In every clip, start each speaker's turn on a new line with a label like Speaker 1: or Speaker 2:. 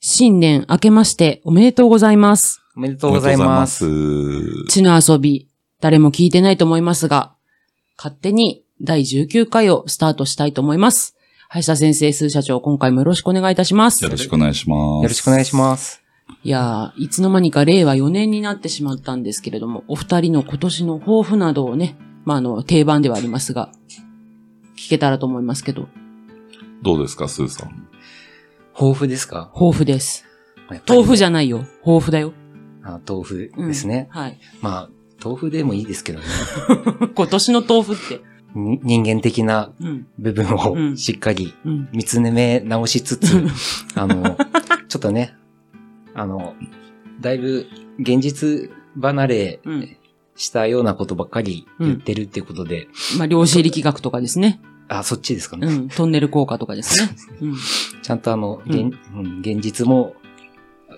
Speaker 1: 新年明けましておめでとうございます。
Speaker 2: おめでとうございます。
Speaker 3: おめでとうございます。
Speaker 1: 地の遊び、誰も聞いてないと思いますが、勝手に第19回をスタートしたいと思います。林田先生、数社長、今回もよろしくお願いいたします。
Speaker 3: よろしくお願いしま
Speaker 2: よ
Speaker 3: す。
Speaker 2: ろしくお願いします。
Speaker 1: いやー、いつの間にか令和4年になってしまったんですけれども、お二人の今年の抱負などをね、まあ、あの、定番ではありますが、聞けたらと思いますけど、
Speaker 3: どうですか、スーさん。
Speaker 2: 豆腐ですか
Speaker 1: 抱負です。豆腐じ
Speaker 2: ゃ
Speaker 1: ゃないよ。抱負だよ。
Speaker 2: あ豆腐ですね。
Speaker 1: はい。
Speaker 2: まあ、豆腐でもいいですけどね。
Speaker 1: 今年の豆腐って。
Speaker 2: に人間的な
Speaker 1: うん。
Speaker 2: 部分
Speaker 1: うん
Speaker 2: をしっかり
Speaker 1: うん。
Speaker 2: 見つめ直しつつ、あの、ちょっとね、あの、だいぶ現実離れ
Speaker 1: うん。
Speaker 2: したようなことばっかり言ってるってことで、
Speaker 1: まあ、量子力学とかですね。
Speaker 2: あ、そっちですかね。
Speaker 1: うん。トンネル効果とか ですね。うん。
Speaker 2: ちゃんとあの、
Speaker 1: うん
Speaker 2: 現うん現実も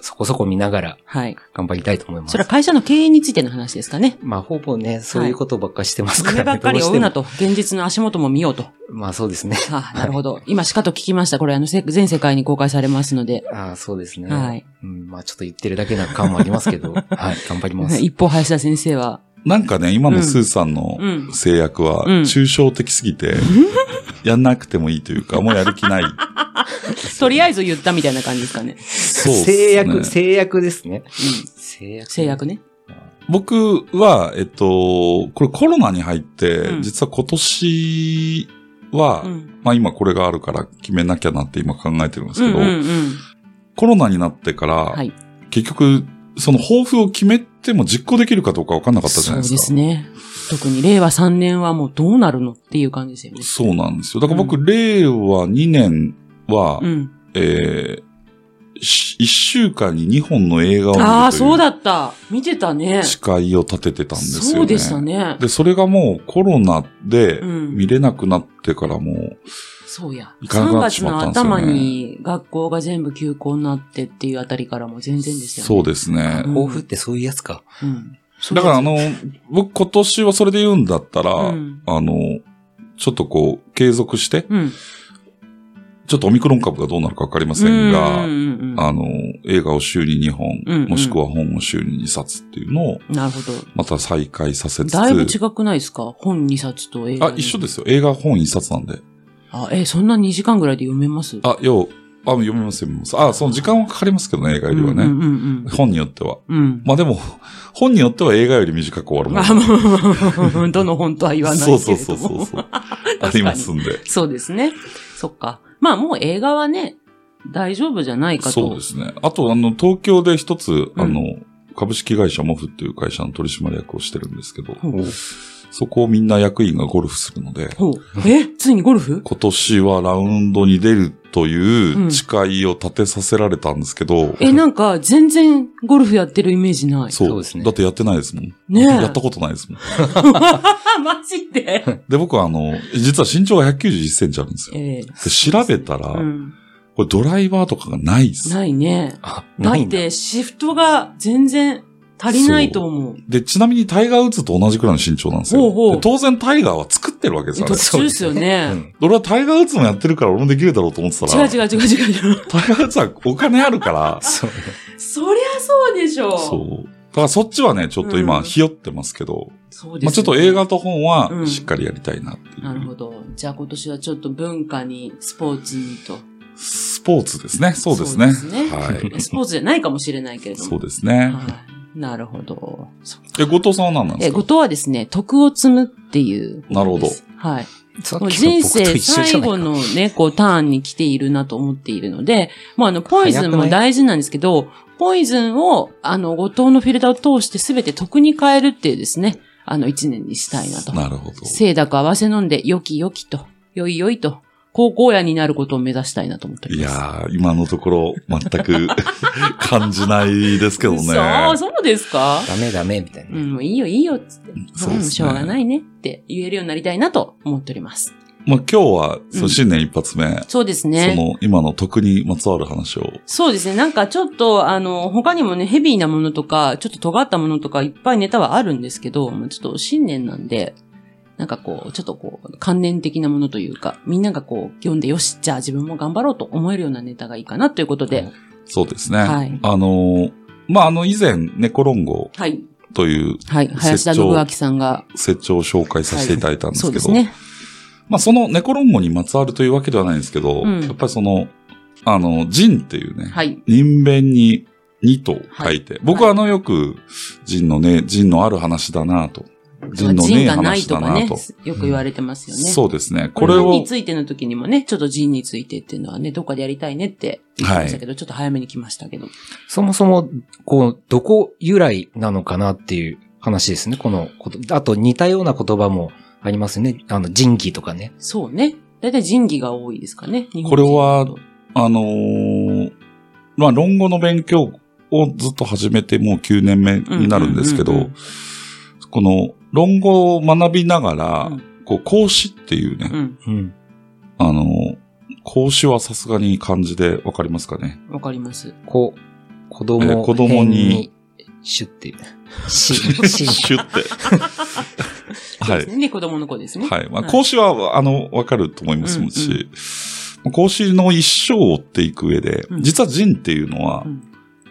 Speaker 2: そこそこ見ながら
Speaker 1: はい。
Speaker 2: 頑張りたいと思います
Speaker 1: それは。会社の経営についての話ですかね。
Speaker 2: まあ、ほぼね、そういうことばっかしてますからね。
Speaker 1: 夢ばっかり追
Speaker 2: どうして
Speaker 1: う
Speaker 2: も
Speaker 1: なと。現実の足元も見ようと。
Speaker 2: まあ、そうですね。
Speaker 1: ああ、なるほど。今、しかと聞きました。これ、あの、せ全世界に公開されますので。
Speaker 2: ああ、そうですね。
Speaker 1: はい。
Speaker 2: うん、まあ、ちょっと言ってるだけな感もあります けど、はい、頑張ります。
Speaker 1: 一方、林田先生は。
Speaker 3: なんかね、今のスーさんの
Speaker 1: うん
Speaker 3: 制約は、
Speaker 1: うん
Speaker 3: 抽象的すぎて、やんなくてもいいというか、もうやる気ない。
Speaker 1: とりあえず言ったみたいな感じですかね。
Speaker 3: そうっすね
Speaker 2: 制約、制約ですね。制約。
Speaker 1: 制約ね。
Speaker 3: 僕は、えっと、これコロナに入って、
Speaker 1: うん
Speaker 3: 実は今年は、
Speaker 1: うん。
Speaker 3: まあ今これがあるから決めなきゃなって今考えてるんです
Speaker 1: うん
Speaker 3: けど、
Speaker 1: うんうん。
Speaker 3: コロナになってから、
Speaker 1: はい
Speaker 3: 結局、その抱負を決めても実行できるかどうか分かんなかったじゃ
Speaker 1: そ
Speaker 3: な
Speaker 1: う
Speaker 3: い
Speaker 1: で
Speaker 3: ですか。
Speaker 1: すね。特に令和3年はもうどうなるのっていう感じですよね。
Speaker 3: そうなんですよ。だから僕、令和2年は、
Speaker 1: うん。
Speaker 3: えー、し一週間に2本の映画を見る
Speaker 1: ああ、
Speaker 3: と
Speaker 1: そう
Speaker 3: い
Speaker 1: だった。見てたね
Speaker 3: う。誓いを立ててたんですよね。
Speaker 1: そうでしたね。
Speaker 3: で、それがもうコロナで
Speaker 1: うん
Speaker 3: 見れなくなってからもう、
Speaker 1: そうや。
Speaker 3: いかな
Speaker 1: 3
Speaker 3: くなって
Speaker 1: 月
Speaker 3: しま
Speaker 1: の
Speaker 3: ったんですよね
Speaker 1: 頭に学校が全部休校になってっていうあたりからも全然ですよね。
Speaker 3: そうですね。
Speaker 1: うん
Speaker 2: 抱負ってそういうやつか。
Speaker 1: うん。そうで
Speaker 3: だ
Speaker 1: す
Speaker 3: からあ、の、僕今年はそれで言うんだったら、
Speaker 1: うん
Speaker 3: あの、ちょっとこう、継続して、
Speaker 1: うん。
Speaker 3: ちょっとオミクロン株がどうなるかわかりませんが、
Speaker 1: うんうんうんうん
Speaker 3: あの、映画を週に2本、
Speaker 1: うんうん
Speaker 3: もしくは本を週に2冊っていうのを、
Speaker 1: なるほど。
Speaker 3: また再開させつつ、
Speaker 1: だいぶ違くないですか本2冊と映画。。
Speaker 3: あ、一緒ですすよ。映画本一冊なんで。
Speaker 1: あ、え、そんな2時間ぐらいで読めます
Speaker 3: あ、よう、あ、読めます、読めます。あ、その時間はかかりますけどね、映画よりはね。
Speaker 1: うんうんうん
Speaker 3: 本によっては。
Speaker 1: うん。うん。
Speaker 3: まあでも、本によっては映画より短く終 わるもん、
Speaker 1: あ、もう、 どの本とは言わないけ
Speaker 3: そ
Speaker 1: れども。
Speaker 3: うそうそうそう そう。ありますんで。
Speaker 1: そうですね。そっか。まあもう映画はね、大丈夫じゃないかと。
Speaker 3: そうですね。あと、あの、東京で一つ、あの、株式会社モフっていう会社の取締役をしてるんですけど、
Speaker 1: ほう
Speaker 3: そこをみんな役員がゴルフするので、
Speaker 1: ほうえついにゴルフ
Speaker 3: 今年はラウンドに出るという
Speaker 1: うん
Speaker 3: 誓いを立てさせられたんですけど、
Speaker 1: え、なんか全然ゴルフやってるイメージない。
Speaker 3: そう
Speaker 2: そうですね
Speaker 3: だってやってないですもん。
Speaker 1: ねえ
Speaker 3: やったことないですもん。
Speaker 1: マジ で
Speaker 3: で、僕はあの、実は身長が191センチあるんですよ。
Speaker 1: ええ
Speaker 3: で調べたら、
Speaker 1: うん。
Speaker 3: これドライバーとかがないです。
Speaker 1: ないね。
Speaker 2: あ、
Speaker 1: だ
Speaker 2: ない
Speaker 1: っ
Speaker 2: んだ。
Speaker 1: てシフトが全然足りないと思う。
Speaker 3: で、ちなみにタイガー・ウッズと同じくらいの身長なんですよ。
Speaker 1: ほうほう
Speaker 3: で当然タイガーは作ってるわけです
Speaker 1: え
Speaker 3: よ、
Speaker 1: 途
Speaker 3: ね。
Speaker 1: 中ですよ
Speaker 2: う
Speaker 1: ね。
Speaker 2: ん。
Speaker 3: 俺はタイガー・ウッズもやってるから俺もできるだろうと思ってた
Speaker 1: 違う
Speaker 3: ら、
Speaker 1: 違う違う違う違う。
Speaker 3: タイガー・ウッズはお金あるから、
Speaker 2: そう。
Speaker 1: そりゃそうでしょ
Speaker 3: そう。だからそっちはね、ちょっと
Speaker 1: う
Speaker 3: 今、
Speaker 1: ん
Speaker 3: ひよってますけど、
Speaker 1: そうですね
Speaker 3: まあちょっと映画と本
Speaker 1: う
Speaker 3: は
Speaker 1: ん
Speaker 3: しっかりやりたいなっていう。
Speaker 1: なるほど。じゃあ今年はちょっと文化に、スポーツにと。
Speaker 3: スポーツですね。そうですね。
Speaker 1: そうですね
Speaker 3: はい。
Speaker 1: スポーツじゃないかもしれないけれども。
Speaker 3: そうですね。
Speaker 1: はい。なるほど。そっか
Speaker 3: え、後藤さんは何なんで
Speaker 1: え、
Speaker 3: す
Speaker 1: 後
Speaker 3: か
Speaker 1: 藤はですね、徳を積むっていう。
Speaker 3: なるほど。
Speaker 1: はい。
Speaker 2: さっ
Speaker 1: もう
Speaker 2: きの
Speaker 1: 人
Speaker 2: 僕と
Speaker 1: 生
Speaker 2: 一緒じ
Speaker 1: 最
Speaker 2: ゃない
Speaker 1: 後
Speaker 2: か。
Speaker 1: のね、こうターンに来ているなと思っているので、もうあの、ポイズンも大事なんですけど、ポイズンを、あの、後藤のフィルターを通して全て得に変えるっていうですね、あの、一年にしたいなと。
Speaker 3: なるほど。
Speaker 1: 清濁合わせ飲んで、良き良きと、良い良いと、高校野になることを目指したいなと思ってお
Speaker 3: い
Speaker 1: ります。
Speaker 3: やー、今のところ全く 感じないですけどね。
Speaker 1: そう、そうですか
Speaker 2: ダメダメみたいな。
Speaker 1: うん、もういいよいいよっつって。
Speaker 3: そうですね
Speaker 1: んしょうがないねって言えるようになりたいなと思っております。
Speaker 3: まあ今日は、そうの
Speaker 1: ん
Speaker 3: 新年一発目、
Speaker 1: そうです
Speaker 3: そ
Speaker 1: ね。
Speaker 3: の今の徳にまつわる話を。
Speaker 1: そうですね。なんかちょっと、あの、他にもね、ヘビーなものとか、ちょっと尖ったものとか、いっぱいネタはあるんですけど、まあちょっと新年なんで、なんかこう、ちょっとこう、関連的なものというか、みんながこう、読んで、よし、じゃあ自分も頑張ろうと思えるようなネタがいいかなということで、
Speaker 3: そうですね。
Speaker 1: はい
Speaker 3: あのーまあ、あの、以前、ネコロンゴ
Speaker 1: はい。
Speaker 3: という
Speaker 1: はい。林田信明さんが。
Speaker 3: 設置を紹介させていただいたんです
Speaker 1: そうで
Speaker 3: けど、
Speaker 1: すね。
Speaker 3: まあ、そのネコロンゴにまつわるというわけではないんですけど、
Speaker 1: うん
Speaker 3: やっぱりその、あの、人っていうね、
Speaker 1: はい。
Speaker 3: 人弁に2と書いて、僕
Speaker 1: は
Speaker 3: はいあの、よく、人のね、人のある話だなと。人のね
Speaker 1: 人
Speaker 3: え
Speaker 1: がない
Speaker 3: 話
Speaker 1: と
Speaker 3: だ
Speaker 1: か
Speaker 3: な
Speaker 1: ね
Speaker 3: と。、
Speaker 1: よく言われてますよね。
Speaker 3: そうですね。これ
Speaker 1: 人に
Speaker 3: を、
Speaker 1: ついての時にもね、ちょっと人についてっていうのはね、どっかでやりたいねって言ってましたけど、ちょっと早めに来ましたけど。
Speaker 2: そもそも、こう、どこ由来なのかなっていう話ですね、このこと。あと似たような言葉もありますね。あの、仁義とかね。
Speaker 1: そうね。だいたい人義が多いですかね。日本人
Speaker 3: これは、あのーまあ、論語の勉強をずっと始めてもう9年目になるんですけ
Speaker 1: うんうんう
Speaker 3: ど
Speaker 1: ん、
Speaker 3: この論語を学びながら、
Speaker 1: うん
Speaker 3: こう、孔子っていうね、
Speaker 1: うん。
Speaker 2: うん。
Speaker 3: あのー孔子はさすがに漢字でわかります かね。
Speaker 1: わかります。
Speaker 2: こう、子供
Speaker 3: え
Speaker 2: に、
Speaker 3: 子供に、
Speaker 2: シュって、 し、し、
Speaker 3: シ ュって。
Speaker 1: そう
Speaker 3: は
Speaker 1: です
Speaker 3: い。
Speaker 1: ね。子供の子ですね。
Speaker 3: はい。まあ、
Speaker 1: はい
Speaker 3: 孔子は、あの、わかると思います
Speaker 1: うんうん
Speaker 3: し、孔子の一生を追っていく上で
Speaker 1: う、ん
Speaker 3: 実は仁っていうのは
Speaker 1: うん、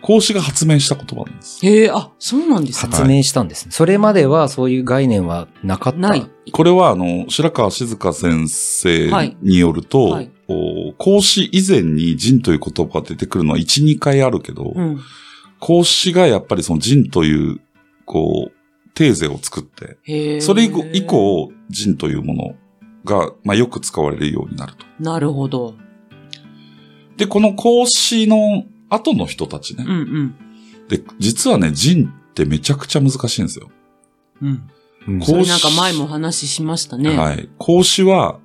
Speaker 3: 孔子が発明した言葉なんです。
Speaker 1: へえ、あ、そうなんですね。
Speaker 2: 発明したんですね。それまではそういう概念はなかった。
Speaker 1: ない。
Speaker 3: これは、あの、白川静香先生によると、
Speaker 1: はい
Speaker 3: お孔子以前に仁という言葉が出てくるのは1、2回あるけど、
Speaker 1: うん。
Speaker 3: 孔子がやっぱりその仁という、こう、テーゼを作って、
Speaker 1: へえ。
Speaker 3: それ以降、以降仁というものが、まあ、よく使われるようになると。
Speaker 1: なるほど。
Speaker 3: で、この孔子の後の人たちね
Speaker 1: う、ん
Speaker 3: で、実はね、人ってめちゃくちゃ難しいんですよ。
Speaker 1: うん。うん。
Speaker 2: うん
Speaker 1: そ
Speaker 3: こ
Speaker 1: れなんか前もお話ししましたね。
Speaker 3: はい。孔子は、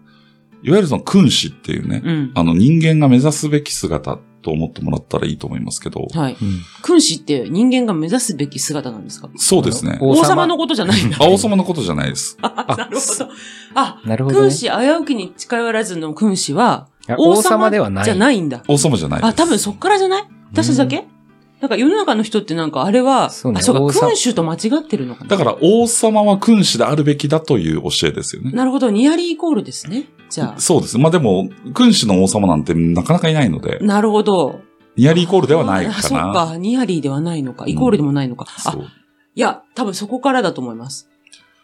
Speaker 3: いわゆるその君子っていうね、
Speaker 1: うん。
Speaker 3: あの人間が目指すべき姿と思ってもらったらいいと思いますけど、
Speaker 1: はい。
Speaker 2: うん
Speaker 1: 君子って人間が目指すべき姿なんですか
Speaker 3: そうですね。
Speaker 2: 王
Speaker 1: 王
Speaker 2: 様
Speaker 1: 様のことじゃないんだ。
Speaker 3: あ王様のことじゃないです。
Speaker 1: なるほど。あ、
Speaker 2: なるほど、ね。
Speaker 1: 君子危うきに近寄らずの君子は、
Speaker 2: いや
Speaker 1: 王
Speaker 2: 王
Speaker 1: 様
Speaker 2: 様
Speaker 1: で
Speaker 2: で
Speaker 1: は
Speaker 2: は
Speaker 1: ない。
Speaker 2: ない。
Speaker 1: じゃないんだ。
Speaker 3: 王様じゃないです。
Speaker 1: あ、多分そっからじゃない私たちだけなんか世の中の人ってなんかあれは、
Speaker 2: そうね
Speaker 1: あ、そう
Speaker 2: 王
Speaker 1: か、
Speaker 2: 様
Speaker 1: 君主と間違ってるのかな
Speaker 3: だから王様は君子であるべきだという教えですよね。
Speaker 1: なるほど、ニアリーイコールですね。じゃ
Speaker 3: そうです。まあでも、君主の王様なんてなかなかいないので
Speaker 1: あ。、なるほど。
Speaker 3: ニアリーイコールではないか
Speaker 1: あそっ
Speaker 3: な。
Speaker 1: か、ニアリーではないのか、
Speaker 3: ん
Speaker 1: イコールでもないのか。
Speaker 3: そ
Speaker 1: あ、
Speaker 3: う
Speaker 1: いや、多分そこからだと思います。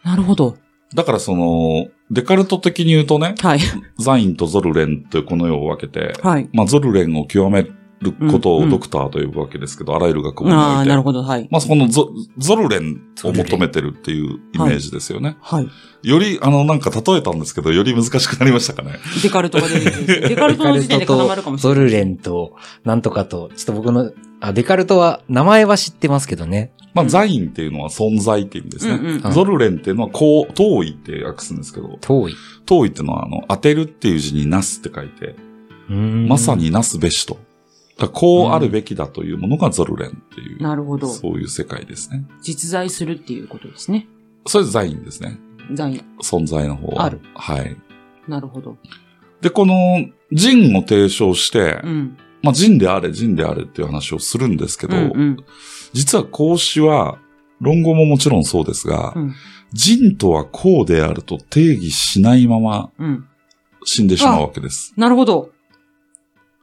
Speaker 1: なるほど。
Speaker 3: だからその、デカルト的に言うとね、
Speaker 1: はい。
Speaker 3: ザインとゾルレンというこの世を分けて、
Speaker 1: はい。
Speaker 3: まあ、ゾルレンを極めること
Speaker 1: うんう
Speaker 3: を
Speaker 1: ん
Speaker 3: ドクターと呼ぶわけですけど、あらゆる学問に
Speaker 1: あ
Speaker 3: お
Speaker 1: あ、
Speaker 3: い
Speaker 1: な
Speaker 3: て
Speaker 1: る。ほど、はい。
Speaker 3: まあ、そこのゾゾルレンを求めてるっていうイメージですよね。
Speaker 1: はい。
Speaker 3: より、あの、なんか例えたんですけど、より難しくなりましたかね。
Speaker 1: デカルトが出て くる。デカルトの時点で固まるかもしれ
Speaker 2: ゾルレンと、なんとかと、ちょっと僕の、あ、デカルトは、名前は知ってますけどね。
Speaker 3: ま
Speaker 1: う
Speaker 3: あ、
Speaker 1: ん
Speaker 3: ザインっていうのは存在っていう意味です
Speaker 1: な
Speaker 3: ね。
Speaker 1: い。うんうん。
Speaker 2: ん
Speaker 3: ゾルレンっていうのは、こう、遠いって訳すんですけど、
Speaker 2: 遠い。
Speaker 3: 遠いっていうのは、あの、当てるっていう字になすって書いて、ま
Speaker 2: ま
Speaker 3: さ。になすべしと。だからこうあるべきだというものがゾルレンっていう、
Speaker 1: なるほど。
Speaker 3: そういう世界ですね。
Speaker 1: 実在するっていうことですね。
Speaker 3: それザインですね。
Speaker 1: 在、
Speaker 3: 存在の方は。
Speaker 1: ある。
Speaker 3: はい。
Speaker 1: なるほど。
Speaker 3: で、この、人を提唱して、
Speaker 1: うん。
Speaker 3: まあ、人であれ、人であれっていう話をするんですけど、
Speaker 1: うんうん
Speaker 3: 実は孔子は、論語ももちろんそうですが、
Speaker 1: うん
Speaker 3: 人とはこうであると定義しないまま
Speaker 1: うん。
Speaker 3: 死んでしまうわけです。
Speaker 1: なるほど。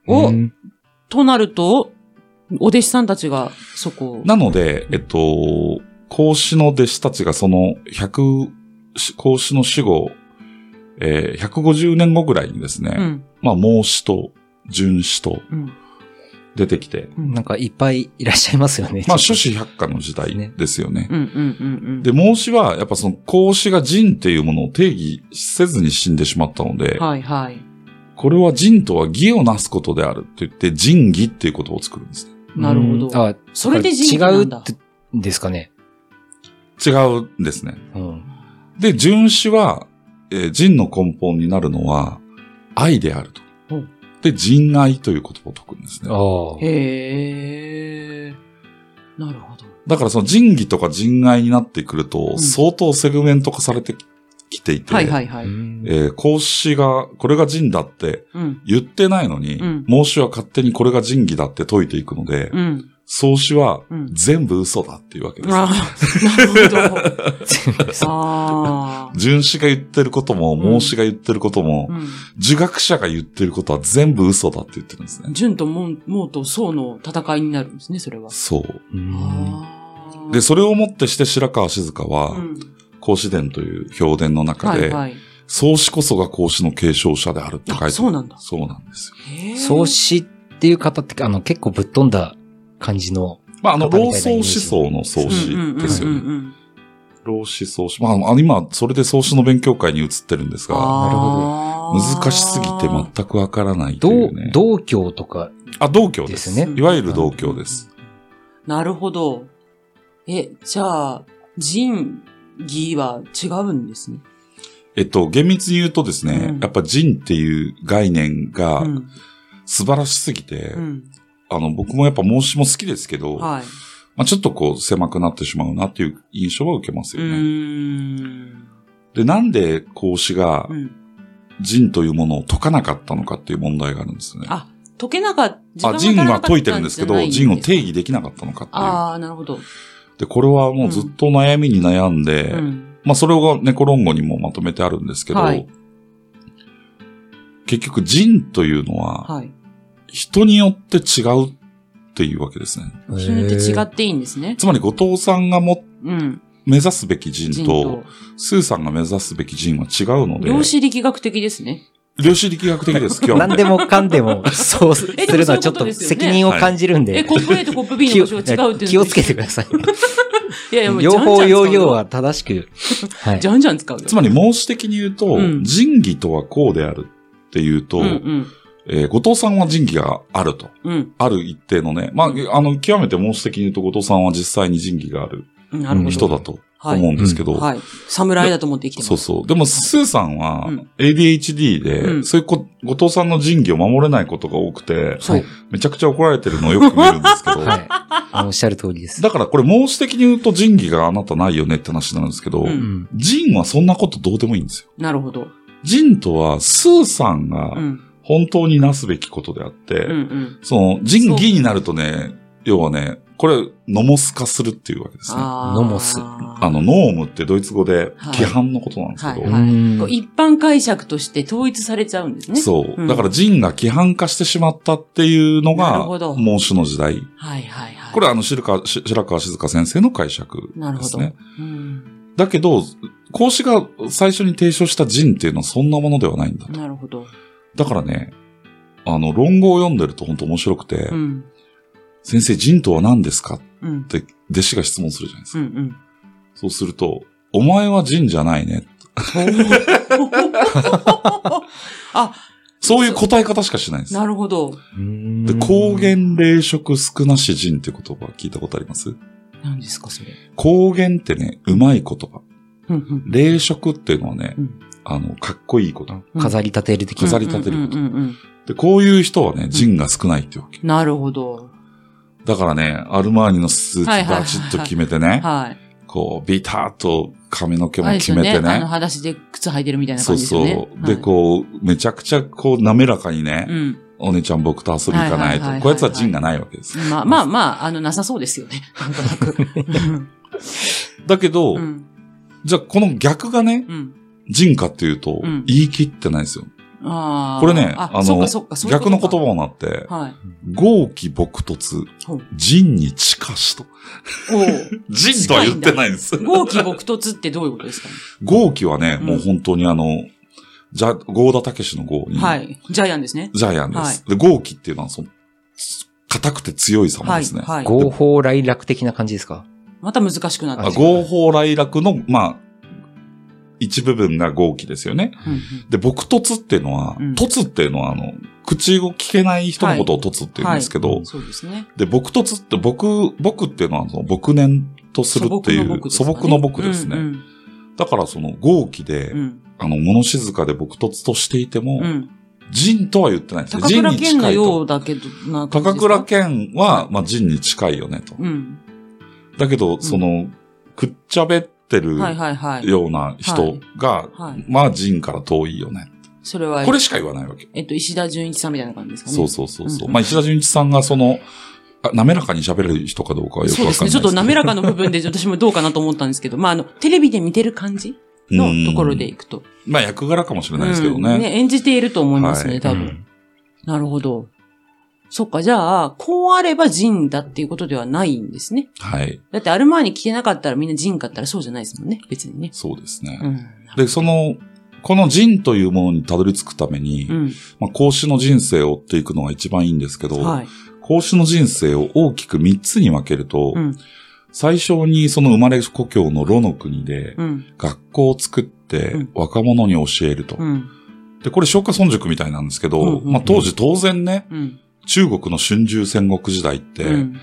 Speaker 1: お、
Speaker 2: うん
Speaker 1: となると、お弟子さんたちがそこを。
Speaker 3: なので、えっと、孔子の弟子たちがその100、孔子の死後、えー、150年後ぐらいにですね、
Speaker 1: うん。
Speaker 3: まあ、孟子と荀子と
Speaker 1: うん。
Speaker 3: 出てきて、
Speaker 1: うん
Speaker 2: なんかいっぱいいらっしゃいますよね。
Speaker 3: まあ、諸
Speaker 2: ちょっ
Speaker 3: 子百家の時代ですよね。
Speaker 1: うんうんうんうん。
Speaker 3: で、孟子は、やっぱその、孔子が人っていうものを定義せずに死んでしまったので、
Speaker 1: はいはい。
Speaker 3: これは人とは義をなすことであるって言って、仁義っていうことを作るんですね。
Speaker 2: と
Speaker 1: なるほど
Speaker 2: うんあ、
Speaker 1: それで人気
Speaker 2: 違
Speaker 1: な
Speaker 2: うんっ
Speaker 1: だ。
Speaker 2: て、ですかね。
Speaker 3: 違うんですね。
Speaker 2: うん。
Speaker 3: で、荀子は、えー仁の根本になるのは、愛であると
Speaker 1: うん。
Speaker 3: で、仁愛という言葉を解くんです
Speaker 2: あ
Speaker 3: ね。
Speaker 2: あ。
Speaker 1: へえ。なるほど。
Speaker 3: だからその仁義とか仁愛になってくると、
Speaker 1: ん
Speaker 3: 相当セグメント化されてきていて、
Speaker 1: はいはいはい。
Speaker 2: うん
Speaker 3: えー孔子が、これが仁だって、
Speaker 1: うん。
Speaker 3: 言ってないのに、
Speaker 1: うん
Speaker 3: 孟子は勝手にこれが仁義だって解いていくので、
Speaker 1: うん。
Speaker 3: 創始は
Speaker 1: うん
Speaker 3: 全部嘘だっていうわけですよ。
Speaker 1: あーなるほど。
Speaker 2: 全部そう
Speaker 1: ああ。
Speaker 3: 荀子が言ってることも、孟子が言ってることも、
Speaker 1: う
Speaker 3: 儒学者が言ってることは全部嘘だって言ってるんですね
Speaker 1: ん。。純と孟と宋の戦いになるんですね、それは。
Speaker 3: そう。
Speaker 2: うん
Speaker 1: あー
Speaker 3: で、それをもってして白川静香は、
Speaker 1: うん
Speaker 3: 孔子伝という評伝の中
Speaker 1: はい
Speaker 3: で、
Speaker 1: はい。
Speaker 3: 創始こそが孔子の継承者であるって書いてあ
Speaker 1: あ
Speaker 3: る。
Speaker 1: そうなんだ
Speaker 3: そうなんですよ。
Speaker 1: へー
Speaker 2: 創始っていう方って、あの、結構ぶっ飛んだ感じの、
Speaker 3: まあ、あの、
Speaker 2: 語り
Speaker 3: 老
Speaker 2: たい
Speaker 3: 僧思想の創始ですよ
Speaker 1: うんうん
Speaker 3: ね。
Speaker 1: うんうん
Speaker 3: 老思創始。まあ、あの今、それで創始の勉強会に移ってるんですが、
Speaker 2: なるほ
Speaker 1: ど
Speaker 3: 難しすぎて全くわからないとい
Speaker 2: 道
Speaker 3: うね。、
Speaker 2: 道教とか
Speaker 3: あ、同教で
Speaker 2: ですすね。
Speaker 3: いわゆる同教です。
Speaker 1: なるほど。え、じゃあ、仁義は違うんですね。
Speaker 3: えっと、厳密に言うとですね、
Speaker 1: うん
Speaker 3: やっぱ人っていう概念が
Speaker 1: うん。
Speaker 3: 素晴らしすぎて、
Speaker 1: うん。
Speaker 3: あの、僕もやっぱ孟子も好きですけど、
Speaker 1: はい。
Speaker 3: まあ、ちょっとこう狭くなってしまうなっていう印象は受けます
Speaker 1: う
Speaker 3: よね。
Speaker 1: ーん。
Speaker 3: で、なんで孔子が
Speaker 1: うん。
Speaker 3: 人というものを解かなかったのかっていう問題があるんですよね。
Speaker 1: あ、解けなかった。
Speaker 3: あ、人は解いてるんですけど、人を定義できなかったのかっていう。
Speaker 1: ああー、なるほど。
Speaker 3: で、これはもうずっと悩みに悩んで、
Speaker 1: うん。
Speaker 3: まあそれがネコ論語にもまとめてあるんですけど、
Speaker 1: はい
Speaker 3: 結局人というのは
Speaker 1: はい。
Speaker 3: 人によって違うっていうわけですね。
Speaker 1: 人によって違
Speaker 2: へー
Speaker 1: っていいんですね。
Speaker 3: つまり後藤さんがも
Speaker 1: うん。
Speaker 3: 目指すべき人
Speaker 1: 人
Speaker 3: と
Speaker 1: と、。
Speaker 3: スーさんが目指すべき人は違うので、
Speaker 1: 量子力学的ですね。
Speaker 3: 量子力学的です、今日は
Speaker 2: 何でもかん でも、そうす
Speaker 1: えでも
Speaker 2: るのはち
Speaker 1: そ
Speaker 2: ょ
Speaker 1: ういうこ
Speaker 2: っ
Speaker 1: とで
Speaker 2: と
Speaker 1: すよね
Speaker 2: 責任を感じるん
Speaker 1: え、
Speaker 2: で、
Speaker 1: コップ A とコップ B
Speaker 2: 気
Speaker 1: の
Speaker 2: を
Speaker 1: 場所が違うっていうの
Speaker 2: 気をつけてください。
Speaker 1: いやいや、もう
Speaker 2: 両方
Speaker 1: じゃんじゃん使う
Speaker 2: 要
Speaker 1: よ
Speaker 2: 領は正しく。はい。
Speaker 1: じゃんじゃん使うよ。
Speaker 3: つまり、孟子的に言うと、
Speaker 1: うん
Speaker 3: 仁義とはこうであるっていうと、
Speaker 1: うんうん。
Speaker 3: えー後藤さんは仁義があると。
Speaker 1: うん。
Speaker 3: ある一定のね、まあ、あの、極めて孟子的に言うと、後藤さんは実際に仁義がある
Speaker 1: うんなるほど。
Speaker 3: 人だと思うんですけど、
Speaker 1: はい。侍だと思って生きて
Speaker 3: そう
Speaker 1: ます。
Speaker 3: そう。でも、スーさんは
Speaker 1: うん
Speaker 3: ADHD で、
Speaker 1: うん
Speaker 3: そういうこ後藤さんの仁義を守れないことが多くて、
Speaker 1: そう。
Speaker 3: めちゃくちゃ怒られてるのをよく見るんですけど、
Speaker 2: はい。あのおっしゃる通りです。
Speaker 3: だからこれ孟子的に言うと仁義があなたないよねって話なんですけど、
Speaker 1: う
Speaker 2: うんん。
Speaker 3: 仁はそんなことどうでもいいんですよ。
Speaker 1: なるほど。
Speaker 3: 仁とは、スーさん
Speaker 1: う
Speaker 3: が
Speaker 1: ん。
Speaker 3: 本当になすべきことであって、
Speaker 1: うんうん。
Speaker 3: その、仁義になるとね、要はね、これ、ノモス化するっていうわけですね。あ
Speaker 1: あー
Speaker 2: ノモス
Speaker 1: あ
Speaker 3: の、ノームってドイツ語で
Speaker 1: はい
Speaker 3: 規範のことなんですけど、
Speaker 1: はいこう一般解釈として統一されちゃうんですね。
Speaker 3: そうう。
Speaker 1: ん
Speaker 3: だから仁が規範化してしまったっていうの
Speaker 1: な
Speaker 3: が
Speaker 1: るほ、ど
Speaker 3: 孟子の時代。
Speaker 1: はいはいはい。
Speaker 3: これはあの、白川し白川静香先生の解釈
Speaker 1: なる
Speaker 3: で
Speaker 1: ほ
Speaker 3: す
Speaker 1: ど。
Speaker 3: ね。
Speaker 1: うん。
Speaker 3: だけど、孔子が最初に提唱した仁っていうのはそんなものではないんだと。
Speaker 1: なるほど。
Speaker 3: だからね、あの、論語を読んでると本当面白くて、
Speaker 1: うん。
Speaker 3: 先生、仁とは何ですかっ
Speaker 1: うん。
Speaker 3: て弟子が質問するじゃないです
Speaker 1: う
Speaker 3: か。
Speaker 1: ん うん。
Speaker 3: そうすると、お前は仁じゃないね。
Speaker 1: あ、
Speaker 3: そういう答え方しかしないんです。
Speaker 1: なるほど。
Speaker 2: うん
Speaker 3: で、高原霊食少なし仁って言葉聞いたことあります
Speaker 1: 何ですか、それ。
Speaker 3: 高原ってね、うまい言葉。
Speaker 1: うんうん
Speaker 3: 霊食っていうのはね、
Speaker 1: うん
Speaker 3: あの、かっこいいこと。
Speaker 2: 飾り立てる的
Speaker 3: 飾
Speaker 2: な。
Speaker 3: り立てること
Speaker 1: うんうんうんうん
Speaker 3: で、こういう人はね、仁が少ないってわけ。
Speaker 1: なるほど。
Speaker 3: だからね、アルマーニのスーツ
Speaker 1: はいはいはいはい
Speaker 3: バチッと決めてね、
Speaker 1: はい。
Speaker 3: こう、ビターっと髪の毛も
Speaker 1: あれです
Speaker 3: 決
Speaker 1: よ
Speaker 3: めて
Speaker 1: あの、
Speaker 3: ね。
Speaker 1: 裸足で靴履いてるみたいな感
Speaker 3: そう
Speaker 1: じですよね。
Speaker 3: そうう。で、こう、めちゃくちゃこう、滑らかにね、
Speaker 1: うん。
Speaker 3: お姉ちゃん僕と遊び行かな
Speaker 1: はいはいは
Speaker 3: いと。
Speaker 1: いはいはい
Speaker 3: こういうやつは仁がないわけです。
Speaker 1: まあまあまあ、あの、なさそうですよね。なんとなく。
Speaker 3: だけど、
Speaker 1: うん。
Speaker 3: じゃあこの逆がね、
Speaker 1: うん。
Speaker 3: 人かっていうと
Speaker 1: うん、
Speaker 3: 言い切ってないですよ。
Speaker 1: ああ。
Speaker 3: これね、
Speaker 1: あ
Speaker 3: あの、
Speaker 1: そっかそっかそういうこ
Speaker 3: 逆
Speaker 1: と
Speaker 3: の
Speaker 1: か
Speaker 3: 言葉をなって、
Speaker 1: はい。
Speaker 3: 豪気朴突
Speaker 1: ほう、
Speaker 3: 人に近しと。
Speaker 1: お
Speaker 3: 人とは言ってないんです。
Speaker 1: お。豪気朴突ってどういうことですか、
Speaker 3: 豪気はね、
Speaker 1: うん
Speaker 3: もう本当にあの、じゃ、ゴーダたけしの豪に、
Speaker 1: はい。ジャイアンですね。
Speaker 3: ジャイアンです。で、豪気っていうのは、その、硬くて強い様
Speaker 1: は
Speaker 3: で
Speaker 1: い。
Speaker 3: すね。
Speaker 1: はい。
Speaker 2: 合法来楽的な感じですか
Speaker 1: また難しくなって
Speaker 3: あ
Speaker 1: る
Speaker 3: 合法来楽の、まあ、一部分が豪気ですよね。
Speaker 1: うんうん
Speaker 3: で、僕突っていうのは、
Speaker 1: うん
Speaker 3: 突っていうのは、あの、口を聞けない人のことを突って言うんですけ
Speaker 2: は
Speaker 3: ど、
Speaker 2: い
Speaker 1: そうですね。
Speaker 3: で、僕突って、僕、僕っていうのは、その、僕年とするっていう、
Speaker 1: 素
Speaker 3: 素朴
Speaker 1: 朴
Speaker 3: の
Speaker 1: の
Speaker 3: 僕
Speaker 1: 僕
Speaker 3: で
Speaker 1: ですす
Speaker 3: ね。
Speaker 1: かね。
Speaker 3: だから、その、豪気で、
Speaker 1: うんうん
Speaker 3: あの、物静かで僕突としていて
Speaker 1: う
Speaker 3: も、
Speaker 1: んうん
Speaker 3: 人とは言ってないんですよ。
Speaker 1: 高倉
Speaker 3: 人に
Speaker 1: 健の
Speaker 3: 近い
Speaker 1: よ
Speaker 3: と。
Speaker 1: うだけど、な感じ
Speaker 3: 高
Speaker 1: ですか
Speaker 3: 倉健は、まあ、人に近いよねと。
Speaker 1: うん。
Speaker 3: だけど、その、くっちゃべってる
Speaker 1: はいはいはい。
Speaker 3: ような人が、
Speaker 1: はい。
Speaker 3: まあ、人から遠いよね。
Speaker 1: それは、
Speaker 3: これしか言わないわけ。
Speaker 1: えっと、石田純一さんみたいな感じですかね。
Speaker 3: そうそうそうそう。
Speaker 1: うん
Speaker 3: まあ、石田純一さんがその、あ滑らかに喋れる人かどうかはよく
Speaker 1: そう
Speaker 3: わ
Speaker 1: で
Speaker 3: かんないですす
Speaker 1: ね。ちょっと滑
Speaker 3: ら
Speaker 1: らかの部分で私もどうかなと思ったんですけど、まあ、あの、テレビで見てる感じのところでいくと。
Speaker 3: まあ役柄かもしれないですけど
Speaker 1: う
Speaker 3: ね。
Speaker 1: ん演じていると思いますね、
Speaker 3: はい
Speaker 1: 多分。なるほど。そっか、じゃあ、こうあれば人だっていうことではないんですね。
Speaker 3: はい。
Speaker 1: だってある前に着てなかったらみんな人かったらそうじゃないですもんね、別にね。
Speaker 3: そうですね。
Speaker 1: うん。
Speaker 3: で、その、この人というものにたどり着くために、
Speaker 1: うん。
Speaker 3: まあ、孔子の人生を追っていくのが一番いいんですけど、
Speaker 1: はい。
Speaker 3: 孔子の人生を大きく3つに分けると、
Speaker 1: うん。
Speaker 3: 最初にその生まれ故郷のロの国で、
Speaker 1: うん。
Speaker 3: 学校を作って
Speaker 1: うん
Speaker 3: 若者に教えると。
Speaker 1: うん。
Speaker 3: で、これ昭和村塾みたいなんですけど、
Speaker 1: うんうんうん
Speaker 3: まあ、当時当然ね、
Speaker 1: うん。
Speaker 3: 中国の春秋戦国時代って、
Speaker 1: うん。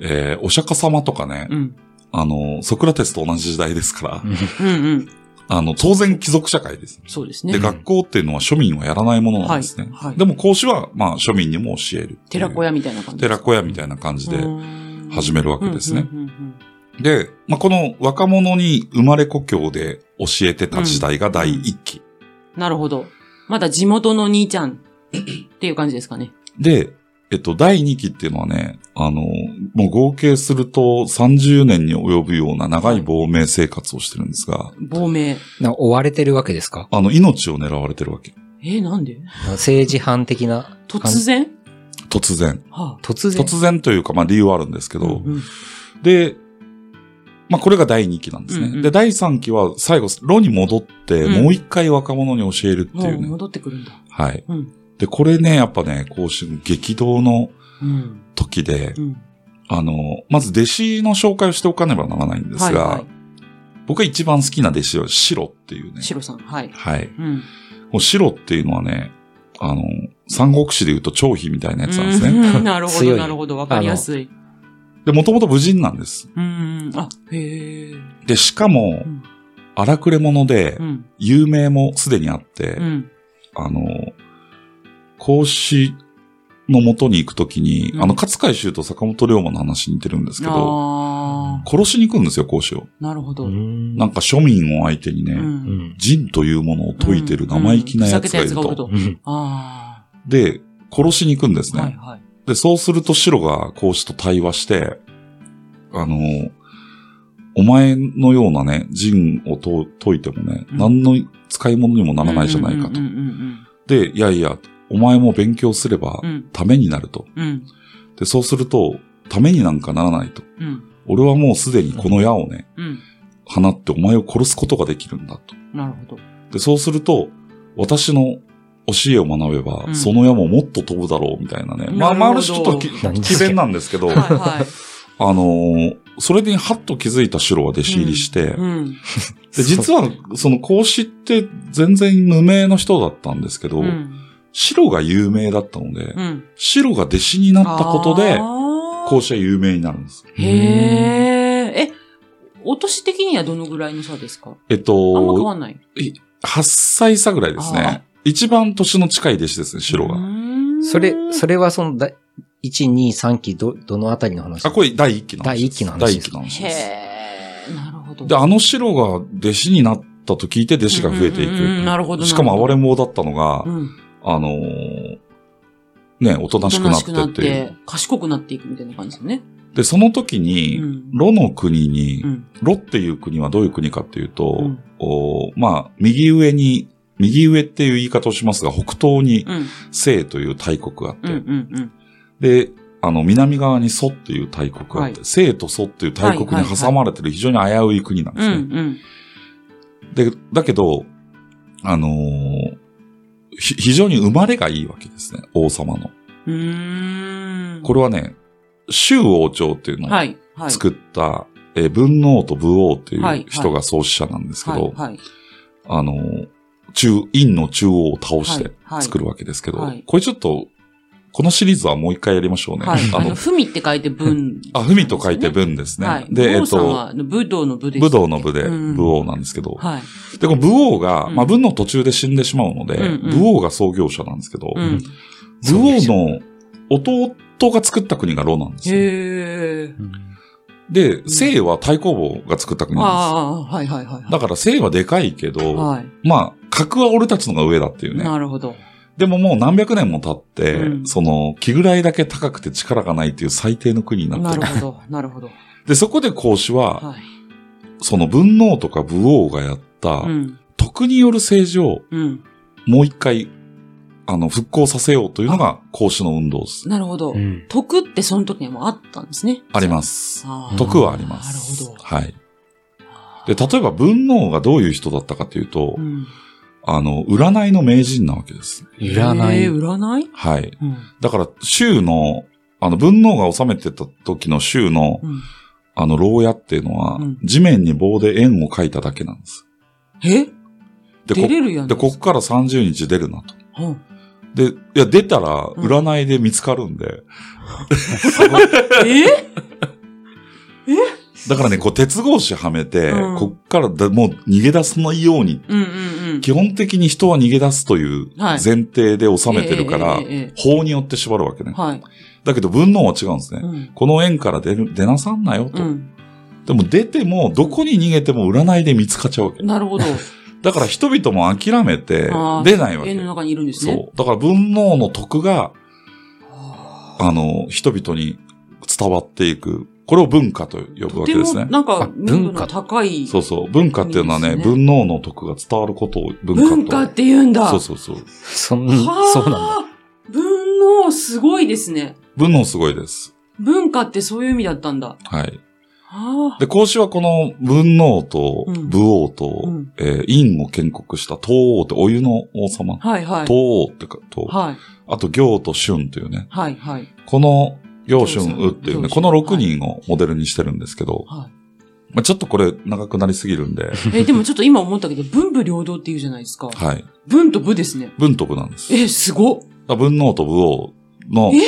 Speaker 3: えーお釈迦様とかね、
Speaker 1: うん。
Speaker 3: あの、ソクラテスと同じ時代ですから、
Speaker 2: うん
Speaker 1: うん。うん。
Speaker 3: あの、当然貴族社会です。
Speaker 1: そうです
Speaker 3: で、
Speaker 1: ね。
Speaker 3: 学校っていうのは庶民はやらないものなんですね。
Speaker 1: はいはい
Speaker 3: でも講師は、まあ、庶民にも教える。
Speaker 1: 寺子。屋みたいな感じ。
Speaker 3: 寺子屋みたいな感じで始
Speaker 1: め
Speaker 3: めるわけですね。
Speaker 1: うんうんうん
Speaker 3: で、まあ、この若者に生まれ故郷で教えてた時代が第一期。
Speaker 1: うんなるほど。まだ地元の兄ちゃんっていう感じですかね。
Speaker 3: で、えっと、第二期っていうのはね、あの、もう合計すると30年に及ぶような長い亡命生活をしてるんですが、
Speaker 1: 亡命。
Speaker 2: な追われてるわけですか
Speaker 3: あの、命を狙われてるわけ。
Speaker 1: えー、なんで
Speaker 2: 政治犯的な。
Speaker 1: 突然
Speaker 3: 突然。
Speaker 1: はあ。
Speaker 2: 突然。
Speaker 3: 突然というか、まあ、理由はあるんですけど、
Speaker 1: うんうん
Speaker 3: で、まあ、これが第2期なんですね。
Speaker 1: うんうん
Speaker 3: で、第3期は最後、ロに戻って、
Speaker 1: うん
Speaker 3: もう一回若者に教えるって
Speaker 1: も
Speaker 3: いううね。
Speaker 1: 戻ってくるんだ。
Speaker 3: はい。
Speaker 1: うん
Speaker 3: で、これね、やっぱね、こうし激動の
Speaker 1: うん。
Speaker 3: 時で、
Speaker 1: うん。
Speaker 3: あの、まず弟子の紹介をしておかねばならないんですが、
Speaker 1: はいは
Speaker 3: 僕が一番好きな弟子はシロっていうね
Speaker 1: い。。白さん。はい。
Speaker 3: はい。
Speaker 1: うん。
Speaker 3: こうシロっていうのはね、あの、三国志で言うと張飛みたいなやつなんですね。
Speaker 1: うんなるほ
Speaker 2: 強
Speaker 1: ど、
Speaker 2: い
Speaker 1: なるほど。わかりやすい。
Speaker 3: で、もともと武人なんです。
Speaker 1: うん。あ、へえ。
Speaker 3: で、しかも
Speaker 1: うん、
Speaker 3: 荒くれ者で
Speaker 1: う、ん。
Speaker 3: 有名もすでにあって、
Speaker 1: うん。
Speaker 3: あの、孔子の元に行くときに、
Speaker 1: うん
Speaker 3: あの、勝海舟と坂本龍馬の話に似てるんですけど、
Speaker 1: ああ、
Speaker 3: 殺しに行くんですよ、孔子を。
Speaker 1: なるほど。。
Speaker 2: ん
Speaker 3: なんか庶民を相手にね、
Speaker 2: うんん。
Speaker 3: 仁というものを解いてる生意気な奴がいる
Speaker 1: うんうんふざけた奴がお
Speaker 3: と。
Speaker 1: るとあ
Speaker 3: で、殺しに行くんです
Speaker 1: あ、
Speaker 3: ね。
Speaker 1: はいはい。
Speaker 3: で、そうすると白が孔子と対話して、あの、お前のようなね、仁をと解いてもね、
Speaker 1: うん
Speaker 3: 何の使い物にもならないじゃないか
Speaker 1: うんう
Speaker 3: と
Speaker 1: ん。うん
Speaker 3: で、いやいや、お前も勉強すれば
Speaker 1: うん。うん。
Speaker 3: ためになると。
Speaker 1: うん。
Speaker 3: で、そうすると、ためになんかならないと。
Speaker 1: うん。
Speaker 3: 俺はもうすでにこの矢をね、
Speaker 1: うん。
Speaker 3: 放ってお前を殺すことができるんだと。
Speaker 1: なるほど。
Speaker 3: で、そうすると、私の教えを学べば、
Speaker 1: うん
Speaker 3: その矢ももっと飛ぶだろうみたいなね。まあ、まあ、あ
Speaker 1: なる
Speaker 3: る
Speaker 1: ほ
Speaker 3: 種ち
Speaker 1: ど
Speaker 3: ょっとき
Speaker 2: 何
Speaker 3: 奇弁なんですけど、あ
Speaker 1: はいはい。
Speaker 3: のーそれにハッと気づいたシロは弟子入りして、
Speaker 1: うん。
Speaker 3: で、実は、その孔子って全然無名の人だったんですけど、
Speaker 1: うん。
Speaker 3: シロが有名だったので、
Speaker 1: うん。
Speaker 3: シロが弟子になったことで、
Speaker 1: あー
Speaker 3: 孔子は有名になるんです。
Speaker 1: へえ。え、お年的にはどのぐらいの差ですか
Speaker 3: えっ
Speaker 1: あんま変
Speaker 3: と
Speaker 1: わ、んない。
Speaker 3: 8歳差ぐらいですね。一番年の近い弟子ですね、白
Speaker 1: う
Speaker 3: が。
Speaker 1: ーん
Speaker 2: それ、それはその、だ1、2、3期、ど、どのあたりの話
Speaker 3: あ、これ第一期の話です。
Speaker 2: 第一期の話
Speaker 3: 第一期の話です。
Speaker 1: へえ、なるほど。
Speaker 3: で、あの白が弟子になったと聞いて弟子が増えてい
Speaker 1: うんうんうんうんなるほ
Speaker 3: く。
Speaker 1: ど。
Speaker 3: しかも暴れん坊だったのが
Speaker 1: う、ん、
Speaker 3: あのー、ね、おと
Speaker 1: お
Speaker 3: なしく
Speaker 1: とな
Speaker 3: な
Speaker 1: しくな
Speaker 3: っ
Speaker 1: って
Speaker 3: っていう。
Speaker 1: て、賢くなっていくみたいな感じですね。
Speaker 3: で、その時
Speaker 1: う
Speaker 3: に、
Speaker 1: ん。
Speaker 3: ロの国に
Speaker 1: う、ん。
Speaker 3: ロっていう国はどういう国かっていう
Speaker 1: う
Speaker 3: と
Speaker 1: ん、
Speaker 3: おーまあ、右上に、右上っていう言い方をしますが、北東に
Speaker 1: うん。
Speaker 3: 西という大国があっ
Speaker 1: うん。う
Speaker 3: て、
Speaker 1: ん。
Speaker 3: で、あの、南側に蘇っていう大国があって、
Speaker 1: は
Speaker 3: 西と蘇っていう大国に挟まれてる非常に危うい国なんです
Speaker 1: う
Speaker 3: ね。
Speaker 1: ん。うん。
Speaker 3: で、だけど、あのーひ非常に生まれがいいわけですね、王様の。
Speaker 1: うーん。
Speaker 3: これはね、周王朝っていうの
Speaker 1: は
Speaker 3: を
Speaker 1: い。はい。
Speaker 3: 作った、えー文王と武王ってい
Speaker 1: はいう
Speaker 3: 人が創始者なんですけど、
Speaker 1: はい。はい。
Speaker 3: あのー中、陰の中央を倒して作るわけですけど、
Speaker 1: はいはい
Speaker 3: これちょっと、このシリーズはもう一回やりましょうね。
Speaker 1: はい。
Speaker 3: あ
Speaker 1: あの、
Speaker 3: の、
Speaker 1: ふみって書いて文、
Speaker 3: あ、ふみと書いて文ですね。
Speaker 1: はい。
Speaker 3: で、
Speaker 1: で、
Speaker 3: え
Speaker 1: え
Speaker 3: っ
Speaker 1: っと。
Speaker 3: と、
Speaker 1: は武道の武です。
Speaker 3: 武道の部で、
Speaker 1: うん
Speaker 3: 武王なんですけど、
Speaker 1: はい。
Speaker 3: で、この武王が、
Speaker 1: うん
Speaker 3: まあ、文の途中で死んでしまうので、
Speaker 1: うんうん
Speaker 3: 武王が創業者なんですけど、
Speaker 1: うん。
Speaker 3: 武王の弟が作った国がロなんですよ。
Speaker 1: へえ。
Speaker 3: で、西は太公坊が作った国なんで
Speaker 1: ああー、はいはいはいは
Speaker 3: す。だから西はでかいけ
Speaker 1: い。
Speaker 3: ど、
Speaker 1: はい。
Speaker 3: まあ、格は俺たちのが上だっていうね。
Speaker 1: なるほど。
Speaker 3: でももう何百年も経って、
Speaker 1: うん
Speaker 3: その、気ぐらいだけ高くて力がないっていう最低の国になって
Speaker 1: な
Speaker 3: る。
Speaker 1: るほど、なるほど。
Speaker 3: で、そこで孔子は、
Speaker 1: はい。
Speaker 3: その文王とか武王がやった
Speaker 1: う、ん。
Speaker 3: 徳による政治を
Speaker 1: うん。
Speaker 3: もう一回、あの、復興させようというのが孔子の運動です。
Speaker 1: なるほど。
Speaker 2: うん。
Speaker 1: 徳ってその時にもあったんですね。
Speaker 3: あります。
Speaker 1: あー
Speaker 3: 徳はあります。
Speaker 1: なるほど。
Speaker 3: はい。で、例えば文王がどういう人だったかというと、
Speaker 1: うん
Speaker 3: あの、占いの名人なわけです。
Speaker 2: 占い。
Speaker 1: えー占い
Speaker 3: はい。
Speaker 1: うん。
Speaker 3: だから、州の、あの、文王が治めてた時の州の、
Speaker 1: うん
Speaker 3: あの、牢屋っていうのは、
Speaker 1: うん
Speaker 3: 地面に棒で円を描いただけなんです。
Speaker 1: え
Speaker 3: で、
Speaker 1: 出
Speaker 3: こ、
Speaker 1: れるやん。
Speaker 3: で、こっから30日出るなと。
Speaker 1: うん
Speaker 3: で、いや、出たら、占いで見つかるんで、
Speaker 1: え
Speaker 3: だからね、こう、鉄格子はめて、
Speaker 1: うん
Speaker 3: こっからだもう逃げ出さないように、
Speaker 1: うんうんうん。
Speaker 3: 基本的に人は逃げ出すという
Speaker 1: はい
Speaker 3: 前提で収めてるから、
Speaker 1: えええええ
Speaker 3: 法によって縛るわけ
Speaker 1: え
Speaker 3: ね。
Speaker 1: はい。
Speaker 3: だけど、文能は違うんですね。
Speaker 1: うん。
Speaker 3: この円から出る、出なさんなよと。
Speaker 1: うん。
Speaker 3: でも出ても、どこに逃げても占いで見つかっちゃうわけ。
Speaker 1: なるほど。
Speaker 3: だから人々も諦めて
Speaker 1: あー、
Speaker 3: 出ないわけ
Speaker 1: 円。の中にいるんですね。
Speaker 3: そう。だから文能の徳が、
Speaker 1: はあ
Speaker 3: あの、人々に伝わっていく。これを文化と呼ぶ
Speaker 1: と
Speaker 3: わ
Speaker 1: て
Speaker 3: けです
Speaker 1: も、
Speaker 3: ね。
Speaker 1: なん
Speaker 2: あ
Speaker 1: か、文
Speaker 2: 文
Speaker 1: 化
Speaker 2: 化
Speaker 1: 高い。
Speaker 3: そうそう。文化っていうのはね、
Speaker 1: いいですね
Speaker 3: 文能の徳が伝わることを文化と。
Speaker 1: 文化って言うんだ。
Speaker 3: そうそうそう。
Speaker 2: そん、
Speaker 1: はあ
Speaker 2: そうなんだ。
Speaker 1: 文能すごいですね。
Speaker 3: 文能すごいです。
Speaker 1: 文化ってそういう意味だったんだ。
Speaker 3: はい。
Speaker 1: はあ。
Speaker 3: で、孔子はこの文能と
Speaker 1: うん
Speaker 3: 武王と、
Speaker 1: うん
Speaker 3: えー陰を建国した東王ってお湯の王様。
Speaker 1: はいはい。
Speaker 3: 東王ってか、東王
Speaker 1: はい。
Speaker 3: あと行と春というね。
Speaker 1: はいはい。
Speaker 3: この行春宇ってい
Speaker 1: 行春
Speaker 3: うね、
Speaker 1: 宇
Speaker 3: この6人をモデルにしてるんですけど、
Speaker 1: は
Speaker 3: まあ、ちょっとこれ長くなりすぎるんで、
Speaker 1: い。え、でもちょっと今思ったけど、 文武両道って言うじゃないですか。
Speaker 3: はい。
Speaker 1: 文と武ですね。
Speaker 3: 文徳なんです。
Speaker 1: え、すごっ。
Speaker 3: だから文能と武王の
Speaker 1: え、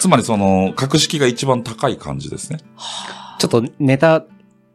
Speaker 3: つまりその、格式が一番高い感じですね。
Speaker 2: ちょっとネタ、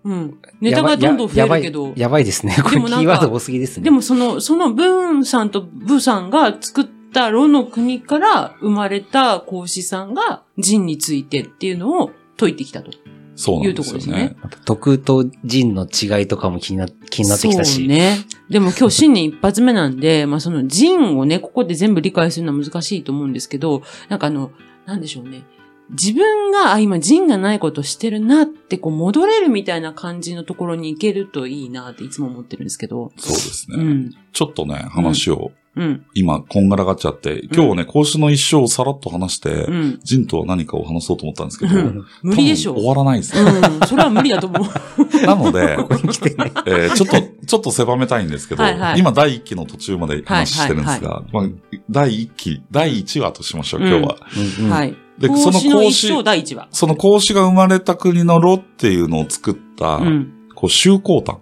Speaker 1: うん。ネタが
Speaker 2: やばい
Speaker 1: どんどん増え
Speaker 2: やば
Speaker 1: る
Speaker 2: い
Speaker 1: けど。
Speaker 2: やばいですね。こ
Speaker 1: で
Speaker 2: れキ
Speaker 1: もなんか
Speaker 2: ーワード多すぎですね。
Speaker 1: でもその、その文さんと武さんが作った炉の国から生まれた孔子さんが仁についてっていうのを解いてきたと。
Speaker 3: そうなんです
Speaker 1: いうとこ
Speaker 3: よ
Speaker 1: ですね
Speaker 3: ね。
Speaker 2: また徳と仁の違いとかも気にな、気になってきた
Speaker 1: そう
Speaker 2: し。
Speaker 1: ね。でも今日新年一発目なんで、まあその人をね、ここで全部理解するのは難しいと思うんですけど、なんかあの、なんでしょうね。自分が、あ、今人がないことしてるなって、こう戻れるみたいな感じのところに行けるといいなっていつも思ってるんですけど。
Speaker 3: そうです
Speaker 1: う
Speaker 3: ね。
Speaker 1: ん。
Speaker 3: ちょっとね、話を、
Speaker 1: うん。
Speaker 3: 今、こんがらがっちゃって、今日ね、孔子の一生をさらっと話して
Speaker 1: う、ん。
Speaker 3: 人とは何かを話そうと思ったんですけど、
Speaker 1: う
Speaker 3: 多
Speaker 1: ん
Speaker 3: 分
Speaker 1: 無理でしょう。
Speaker 3: 終わらない ですね。
Speaker 1: うん。それは無理だと思う。
Speaker 3: なので、
Speaker 2: ここに来て ね。
Speaker 3: えーちょっと、ちょっと狭めたいんですけど、
Speaker 1: はいはい
Speaker 3: 今第1期の途中まで話してるんですが、まあ、第1期、第1話としましょう、今日は。
Speaker 2: うんうん
Speaker 1: はい。
Speaker 3: で
Speaker 1: 孔
Speaker 3: そ
Speaker 1: 子
Speaker 3: の
Speaker 1: の
Speaker 3: 孔
Speaker 1: 一生
Speaker 3: 子、
Speaker 1: 第一話。
Speaker 3: その孔子が生まれた国の炉っていうのを作った、
Speaker 1: うん。
Speaker 3: こう、周公炭。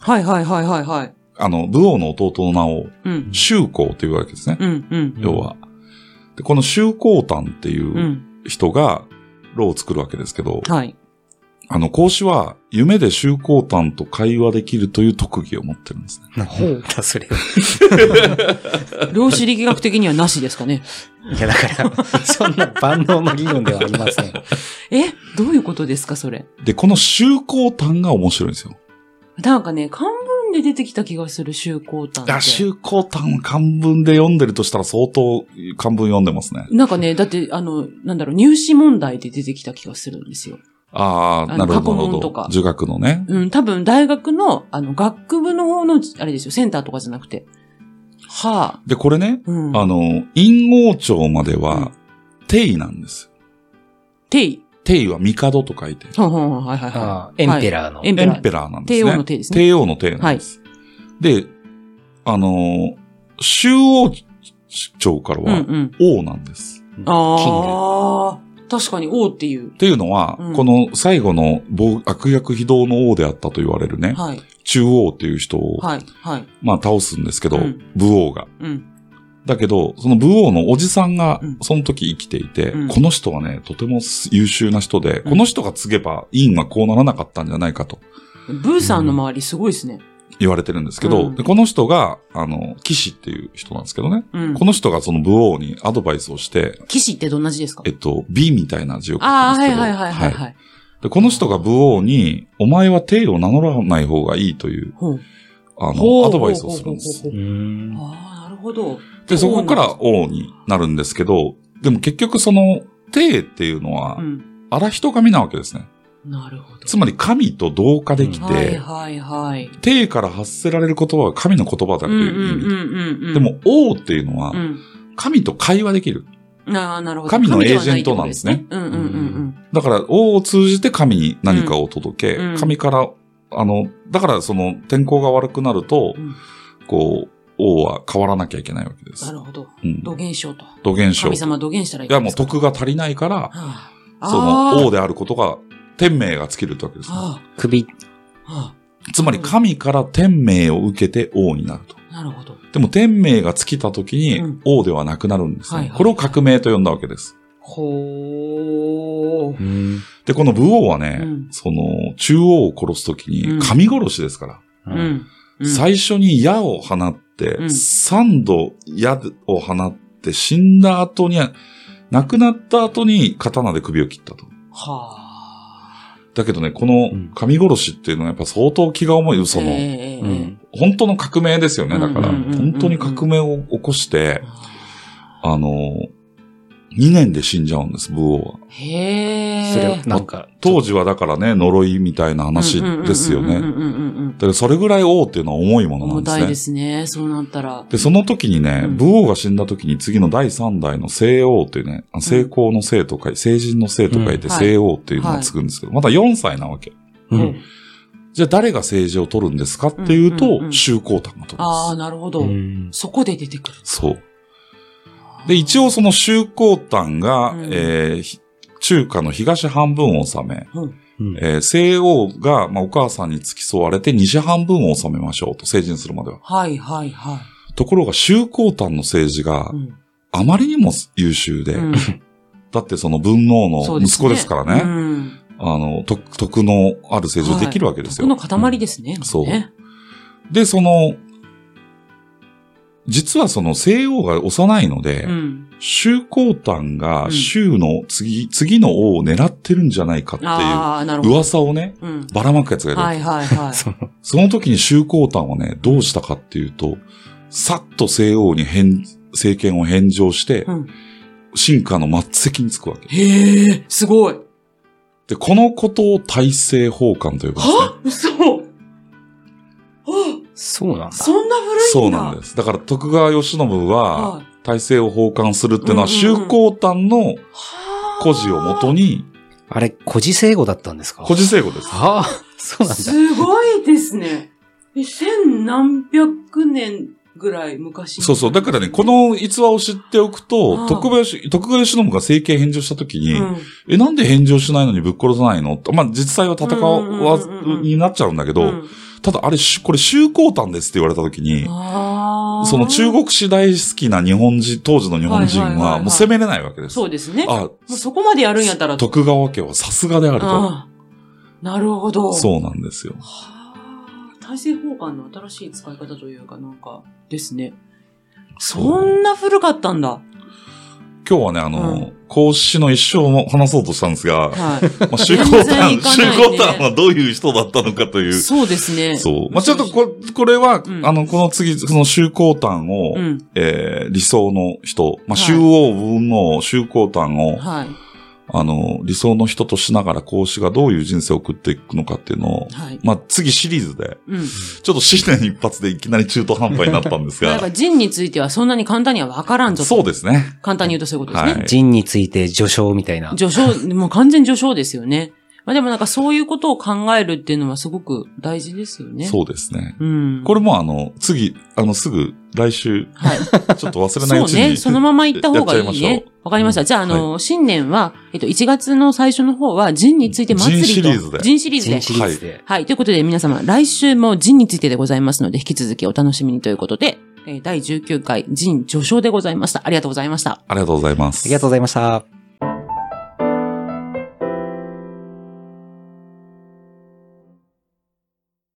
Speaker 1: はいはいはいはいはい。
Speaker 3: あの、武王の弟の名を、
Speaker 1: うん。
Speaker 3: 周公というわけですね。
Speaker 1: うんうん。。
Speaker 3: 要は。で、この周公炭っていううん人が、炉を作るわけですけど、
Speaker 1: はい。
Speaker 3: あの、孔子は、夢で周公炭と会話できるという特技を持ってるんです
Speaker 2: な
Speaker 3: ね。
Speaker 2: んだそれは。
Speaker 1: 量子力学的にはなしですかね。
Speaker 2: いや、だから、そんな万能の理論ではありません。
Speaker 1: えどういうことですかそれ。
Speaker 3: で、この周公炭が面白いんですよ。
Speaker 1: なんかね、漢文で出てきた気がする、周公丹って。
Speaker 3: あ、周公炭漢文で読んでるとしたら相当漢文読んでますね。
Speaker 1: なんかね、だって、あの、なんだろう、入試問題で出てきた気がするんですよ。
Speaker 3: あ
Speaker 1: あ
Speaker 3: あ、
Speaker 1: の
Speaker 3: なるほど、な
Speaker 1: 過去
Speaker 3: る
Speaker 1: 問
Speaker 3: ほ
Speaker 1: とか
Speaker 3: ど。儒学のね。
Speaker 1: うん、多分大学の、あの、学部の方の、あれですよ、センターとかじゃなくて。はあ。
Speaker 3: で、これね、
Speaker 1: うん。
Speaker 3: あの、陰王朝まで
Speaker 1: う
Speaker 3: は、帝位なんです。
Speaker 1: てい。
Speaker 3: 帝位は帝と書いて、
Speaker 1: ほんほんほんはいはいは
Speaker 2: ああエン
Speaker 1: はい
Speaker 2: ペラーの。
Speaker 1: エンペ
Speaker 3: エ
Speaker 1: ラー
Speaker 3: ンペラーなんです
Speaker 1: 帝
Speaker 3: ね。
Speaker 1: 王の帝ですね
Speaker 3: 帝王の帝なんです。で、あの、周王朝から
Speaker 1: い。うんう
Speaker 3: は
Speaker 1: ん。
Speaker 3: 王なんです。
Speaker 1: ああ。確かに王っていう。
Speaker 3: っていうのは、
Speaker 1: うん
Speaker 3: この最後の暴悪役非道の王であったと言われるね、
Speaker 1: はい。
Speaker 3: 中央っていう人を、
Speaker 1: はい。はい。
Speaker 3: まあ倒すんですけど、
Speaker 1: うん
Speaker 3: 武王が。
Speaker 1: うん。
Speaker 3: だけど、その武王のおじさんが
Speaker 1: うん
Speaker 3: その時生きていて、
Speaker 1: うん
Speaker 3: この人はね、とても優秀な人で、
Speaker 1: うん
Speaker 3: この人が告げば、陰はこうならなかったんじゃないかと
Speaker 1: ブーさんの周りすごいですね。
Speaker 3: 言われてるんですけど、
Speaker 1: うん
Speaker 3: でこの人が、あの、騎士っていう人なんですけどね、
Speaker 1: うん。
Speaker 3: この人がその武王にアドバイスをして、
Speaker 1: 騎士ってどんな字ですか
Speaker 3: えっと、美みたいな字を書くん
Speaker 1: ああ、は
Speaker 3: です
Speaker 1: い
Speaker 3: けど、
Speaker 1: はいはいはい。
Speaker 3: はい
Speaker 1: はい、
Speaker 3: でこの人が武王に、お前は帝を名乗らない方がいいという
Speaker 1: ほう。
Speaker 3: あ
Speaker 1: ほう
Speaker 3: の、アドバイスをするんで
Speaker 1: ほ
Speaker 3: す
Speaker 1: う。ほうほうほうああ、なるほど。
Speaker 3: で、そこから王になるんですけど、でも結局その、帝っていうのは
Speaker 1: う、ん。
Speaker 3: 荒人神なわけですね。
Speaker 1: なるほど。
Speaker 3: つまり神と同化でき
Speaker 2: り
Speaker 1: はい
Speaker 3: て、
Speaker 1: はいはい。
Speaker 3: 帝から発せられる言葉は神の言
Speaker 1: う
Speaker 3: 葉だと
Speaker 1: んうん
Speaker 3: いう
Speaker 1: う
Speaker 3: 意
Speaker 1: ん
Speaker 3: 味。
Speaker 1: うん。
Speaker 3: で、も、王っていうのは
Speaker 1: う、ん。
Speaker 3: 神と会話できる。
Speaker 1: ああ、なるほど。
Speaker 3: 神の
Speaker 1: では
Speaker 3: エージェントなんですね
Speaker 1: ってことうんうんうん
Speaker 3: だから、王を通じて神に何かを届け、
Speaker 1: うんうん
Speaker 3: 神から、あの、だからその天候が悪くなると、
Speaker 1: うん。うん
Speaker 3: こう、王は変わらなきゃいけないわけで
Speaker 1: な
Speaker 3: す。
Speaker 1: るほど。
Speaker 3: うん、
Speaker 1: 土幻賞と。
Speaker 3: 土幻賞。
Speaker 1: 神
Speaker 3: い
Speaker 1: 様土幻したらいい
Speaker 3: や、もう徳が足りないから、
Speaker 1: はあ、
Speaker 3: その
Speaker 1: 王
Speaker 3: 王であることが、天命が尽きるってわけです、ね。
Speaker 1: は
Speaker 2: 首。
Speaker 1: あ、は
Speaker 3: つまり神から天命を受けて王になると。
Speaker 1: あ、なるほど。
Speaker 3: でも天命が尽きた時
Speaker 1: う
Speaker 3: に
Speaker 1: ん
Speaker 3: 王ではなくなるんですね。
Speaker 1: はいはい
Speaker 3: これを革命と呼んだわけです。
Speaker 1: ほー。
Speaker 2: うん。
Speaker 3: で、この武王はね、
Speaker 1: うん
Speaker 3: その中央を殺す時
Speaker 1: うん
Speaker 3: に神殺しですから、
Speaker 1: うん。うん
Speaker 3: 最初に矢を放って、
Speaker 1: うん
Speaker 3: 三度矢を放って死んだ後に、亡くなった後に刀で首を切ったと。
Speaker 1: はあ。
Speaker 3: だけどね、この
Speaker 2: うん
Speaker 3: 神殺しっていうのはやっぱ相当気が重い、その、
Speaker 1: ええ
Speaker 2: う
Speaker 1: え
Speaker 2: ん。
Speaker 3: 本当の革命ですよね。だから、
Speaker 2: うんうん
Speaker 1: うんうん
Speaker 3: 本当に革命を起こし
Speaker 1: え、
Speaker 3: てあの、2年で死んじゃうんです、武王は。
Speaker 1: へえ。
Speaker 2: それ、なんか、
Speaker 3: 当時はだからね、呪いみたいな話ですよ
Speaker 1: うんうん
Speaker 3: ね。
Speaker 1: うんうんうんうん
Speaker 3: だからそれぐらい王っていうのは重いものな
Speaker 1: 重
Speaker 3: んで
Speaker 1: たい
Speaker 3: すね
Speaker 1: で。すね。そうなったら。
Speaker 3: で、その時にね、
Speaker 1: うん
Speaker 3: 武王が死んだ時に次の第3代の聖王っていうね、あ成功の聖と書いて、成人の聖と書い
Speaker 1: う
Speaker 3: て
Speaker 1: んはい
Speaker 3: 聖王っていうのがつくんですけど、まだ4歳なわけ。
Speaker 2: う
Speaker 1: うん
Speaker 2: ん。
Speaker 3: じゃあ誰が政治を取るんですかってい
Speaker 1: うんう
Speaker 3: う
Speaker 1: んう
Speaker 3: と、
Speaker 1: ん
Speaker 3: 周公誕が取るんです。
Speaker 1: ああ、なるほど、
Speaker 2: うん
Speaker 1: そこで出てくる。
Speaker 3: そう。で、一応その周公誕が、
Speaker 1: うん
Speaker 3: えーひ中華の東半分を治め、
Speaker 2: うん
Speaker 3: えー西王が、まあ、お母さんに付き添われて西半分を治めましょうと、成人するまでは。
Speaker 1: はいはいは
Speaker 3: ところが周公誕の政治が
Speaker 1: い。うん
Speaker 3: あまりにも優秀で、
Speaker 1: うん
Speaker 3: だってその文王
Speaker 1: そ
Speaker 3: の
Speaker 1: うで
Speaker 3: 息
Speaker 1: す
Speaker 3: 子ですからね、
Speaker 1: うん
Speaker 3: あの、徳、徳のある政治をできるわけですよ。
Speaker 1: 毒の塊ですね。
Speaker 3: そう
Speaker 1: ね
Speaker 3: で、その、実はその西王が幼いので、
Speaker 1: うん。
Speaker 3: 周公誕
Speaker 1: う
Speaker 3: が
Speaker 1: ん
Speaker 3: 周の次、次の王を狙ってるんじゃないかっ
Speaker 1: ああ、なる
Speaker 3: て
Speaker 1: ほど。
Speaker 3: いう噂をね、
Speaker 1: うん。
Speaker 3: ばらまくやつがいる。
Speaker 1: はいはいはい。
Speaker 2: その、
Speaker 3: その時に周公誕はね、どうしたかっていうと、さっと西王に返、政権を返上して、
Speaker 1: うん
Speaker 3: 進化の末席につくわけ。
Speaker 1: へえ、すごい。
Speaker 3: で、このことを大政奉還と呼ぶんですね。
Speaker 1: は嘘は
Speaker 2: そうなんだ。
Speaker 1: そんな古いんだ。
Speaker 3: そうなんですす。だから徳川慶喜は、
Speaker 1: はい
Speaker 3: 大政を奉還するっていうのは、
Speaker 1: うんうんうん
Speaker 3: 周公誕の
Speaker 1: はあ
Speaker 3: 故事をもとに、
Speaker 2: あれ、孤児生語だったんですか
Speaker 3: 故事成語です。
Speaker 2: はあ、 そうなんだ。
Speaker 1: すごいですね。え千何百年ぐらい昔。
Speaker 3: そうそう。だからね、こ、の逸話を知っておく
Speaker 1: あ
Speaker 3: と、
Speaker 1: あ
Speaker 3: 徳川し、徳川慶喜が政権返上した時
Speaker 1: う
Speaker 3: に、
Speaker 1: ん、
Speaker 3: え、なんで返上しないのにぶっ殺さないのとまあ、実際は戦
Speaker 1: うんうんうんうんう
Speaker 3: わ
Speaker 1: ん
Speaker 3: になっちゃうんだけ
Speaker 1: う
Speaker 3: ど、
Speaker 1: ん
Speaker 3: ただあれ、しこれ、周公誕ですって言われた時に、
Speaker 1: あー
Speaker 3: その中国史大好きな日本人、当時の日本人
Speaker 1: はいはいはいは
Speaker 3: は、
Speaker 1: い
Speaker 3: もう攻めれないわけです。
Speaker 1: そうですね。も
Speaker 3: あ、
Speaker 1: うそこまでやるんやったら。
Speaker 3: 徳川家はさすがであると。
Speaker 1: あーなるほど。
Speaker 3: そうなんですよ。
Speaker 1: はあ、大政奉還の新しい使い方というか、なんか、ですね。そ
Speaker 3: そう。
Speaker 1: んな古かったんだ。
Speaker 3: 今日はね、あ
Speaker 1: う
Speaker 3: の、孔子の一生も話そうとしたんです
Speaker 1: は
Speaker 3: が、まあ、周公
Speaker 1: 全然
Speaker 3: 誕、
Speaker 1: いかないね
Speaker 3: 周公誕はどういう人だったのかとい
Speaker 1: い。
Speaker 3: う。
Speaker 1: そうですね。
Speaker 3: そう。まあ、ちょっとこ、これは、
Speaker 1: うん
Speaker 3: あの、この次、その周公誕を、
Speaker 1: うん。
Speaker 3: えー理想の人、ま
Speaker 1: は
Speaker 3: あ、
Speaker 1: い
Speaker 3: 周王文王、周公誕を、
Speaker 1: はい。
Speaker 3: あの、理想の人としながら孔子がどういう人生を送っていくのかっていうのを、
Speaker 1: はい。
Speaker 3: まあ、次シリーズで、
Speaker 1: うん。
Speaker 3: ちょっと新年一発でいきなり中途半端になったんです
Speaker 1: なん
Speaker 3: が
Speaker 1: か、、人についてはそんなに簡単には分からんぞと。
Speaker 3: そうですね。
Speaker 1: 簡単に言うとそういうことですね。
Speaker 3: はい
Speaker 2: 人について序章みたいな。
Speaker 1: 序章、もう完全序章ですよね。まあでもなんかそういうことを考えるっていうのはすごく大事ですよね。
Speaker 3: そうですね。
Speaker 1: う。うん。
Speaker 3: これもあの、次、あの、すぐ、来週、
Speaker 1: はい。
Speaker 3: ちょっと忘れな
Speaker 1: そ
Speaker 3: いううちに。
Speaker 1: ね。そのまま行った方がいい
Speaker 3: やっちゃいまし
Speaker 1: ね
Speaker 3: ょ。
Speaker 1: わかりました。じゃあ、あの、新年は、えっと、1月の最初の方は、ジンについて祭りと。
Speaker 3: ジンシリーズで
Speaker 1: ジンシリーズ
Speaker 2: 人
Speaker 1: で。
Speaker 2: シリーズで。
Speaker 1: はい。ということで、皆様、来週もジンについてでございますので、引き続きお楽しみにということで、えー第19回ジン序章でございました。ありがとうございました。
Speaker 3: ありがとうございます。
Speaker 2: ありがとうございました。